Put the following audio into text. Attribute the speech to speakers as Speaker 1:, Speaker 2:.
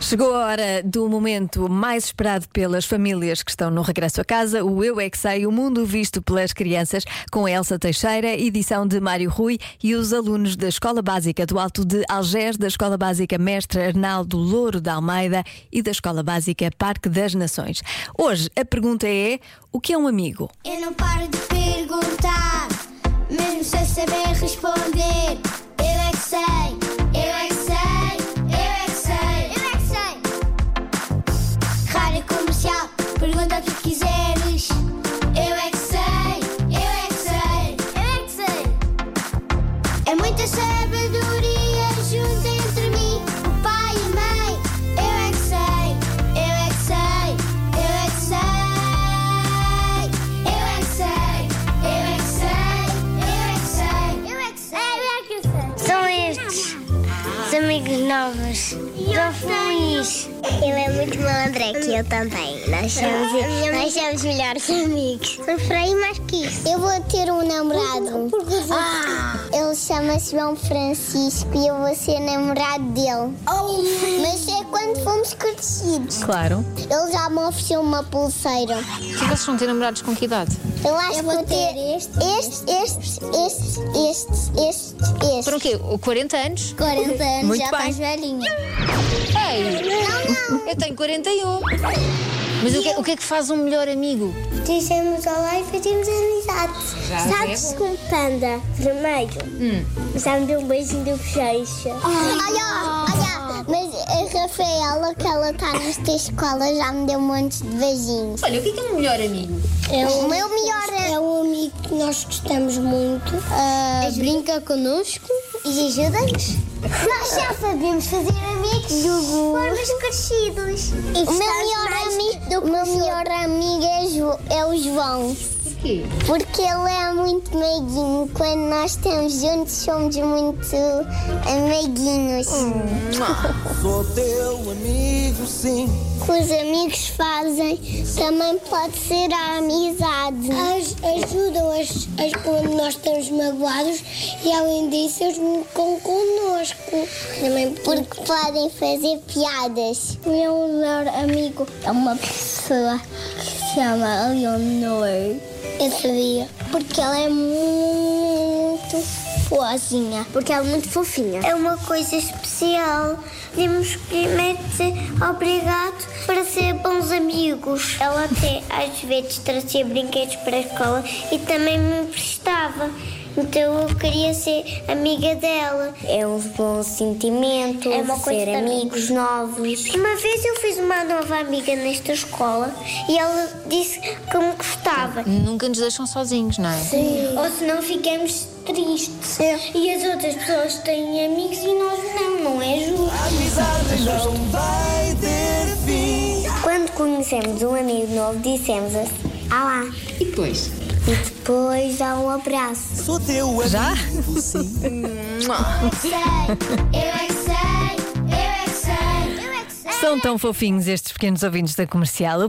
Speaker 1: Chegou a hora do momento mais esperado pelas famílias que estão no regresso a casa, o Eu é que Sei, o mundo visto pelas crianças, com a Elsa Teixeira, edição de Mário Rui e os alunos da Escola Básica do Alto de Algés, da Escola Básica Mestre Arnaldo Louro da Almeida e da Escola Básica Parque das Nações. Hoje a pergunta é: o que é um amigo?
Speaker 2: Eu não paro de perguntar, mesmo sem saber responder. Eu é que sei, eu é que sei, eu é que sei, eu é que sei. Rádio comercial, pergunta o que quiseres. Eu é que sei, eu é que sei, eu é que sei. É muita sabedoria junto entre mim, o pai e a mãe. Eu é que sei, eu é que sei, eu é que sei. Eu é que sei, eu é que sei, eu é que sei, eu é que sei, eu é que
Speaker 3: São
Speaker 2: sei.
Speaker 3: estes os amigos novos. São feliz. Ele é muito malandreco e eu também. Nós
Speaker 2: Ah,
Speaker 3: somos, nós somos melhores amigos. São por aí mais que isso.
Speaker 2: Eu vou ter um namorado. Ele chama-se João Francisco e eu vou ser namorado dele. Mas é quando fomos crescidos.
Speaker 1: Claro.
Speaker 2: Ele já me ofereceu uma pulseira.
Speaker 4: Se vocês vão ter namorados com que idade?
Speaker 2: Eu acho que vou ter este, este, este, este, este, este, este.
Speaker 4: Foram o quê? 40 anos?
Speaker 2: 40 anos,
Speaker 1: Muito
Speaker 2: já
Speaker 1: bem.
Speaker 2: estás velhinha.
Speaker 4: Ei,
Speaker 2: Não, não.
Speaker 4: eu tenho 41. Mas o que, o que é que faz um melhor amigo?
Speaker 2: Dizemos olá e fazemos amizade.
Speaker 4: Já
Speaker 2: Sabes com panda vermelho?
Speaker 3: Sabe um beijinho do bochecha.
Speaker 2: Ah. Olha, olha, mas a Rafaela, que tá ela está nesta escola, já me deu um monte de beijinhos.
Speaker 4: Olha, o que é que é um melhor amigo?
Speaker 2: É o meu melhor É um amigo que nós gostamos muito. Ah, brinca connosco. E ajuda-nos. Nós já sabemos fazer amigos de formas crescidas. o meu melhor, amigo, o meu melhor amigo é, Jo- é o João.
Speaker 4: Porquê?
Speaker 2: Porque ele é muito meiguinho. Quando nós estamos juntos, somos muito ah, amiguinhos.
Speaker 5: Sou teu amigo, sim.
Speaker 2: O que os amigos fazem também pode ser a amizade. ajudam as, quando nós estamos magoados e, além disso, eles ficam connosco. Também porque podem fazer piadas. O meu melhor amigo é uma pessoa que se chama Leonor. Eu sabia. Porque ela é muito fofinha. Porque ela é muito fofinha. É uma coisa especial. Temos primeiro dizer obrigado para ser bons amigos. Ela até às vezes trazia brinquedos para a escola e também me emprestava. Então eu queria ser amiga dela. É um bom sentimento, é uma coisa ser amigos novos. Uma vez eu fiz uma nova amiga nesta escola e ela disse que me gostava.
Speaker 4: Nunca nos deixam sozinhos, não é?
Speaker 2: Ou senão ficamos tristes. E as outras pessoas têm amigos e nós não, não é justo.
Speaker 5: Amizade não vai ter fim.
Speaker 2: Quando conhecemos um amigo novo, dissemos assim: Olá.
Speaker 4: E depois?
Speaker 2: E depois há um abraço.
Speaker 5: Sou teu amigo,
Speaker 1: Já?
Speaker 5: sim.
Speaker 2: Sei, eu é que sei, eu é que sei, eu é que sei.
Speaker 1: São tão fofinhos estes pequenos ouvintes da comercial.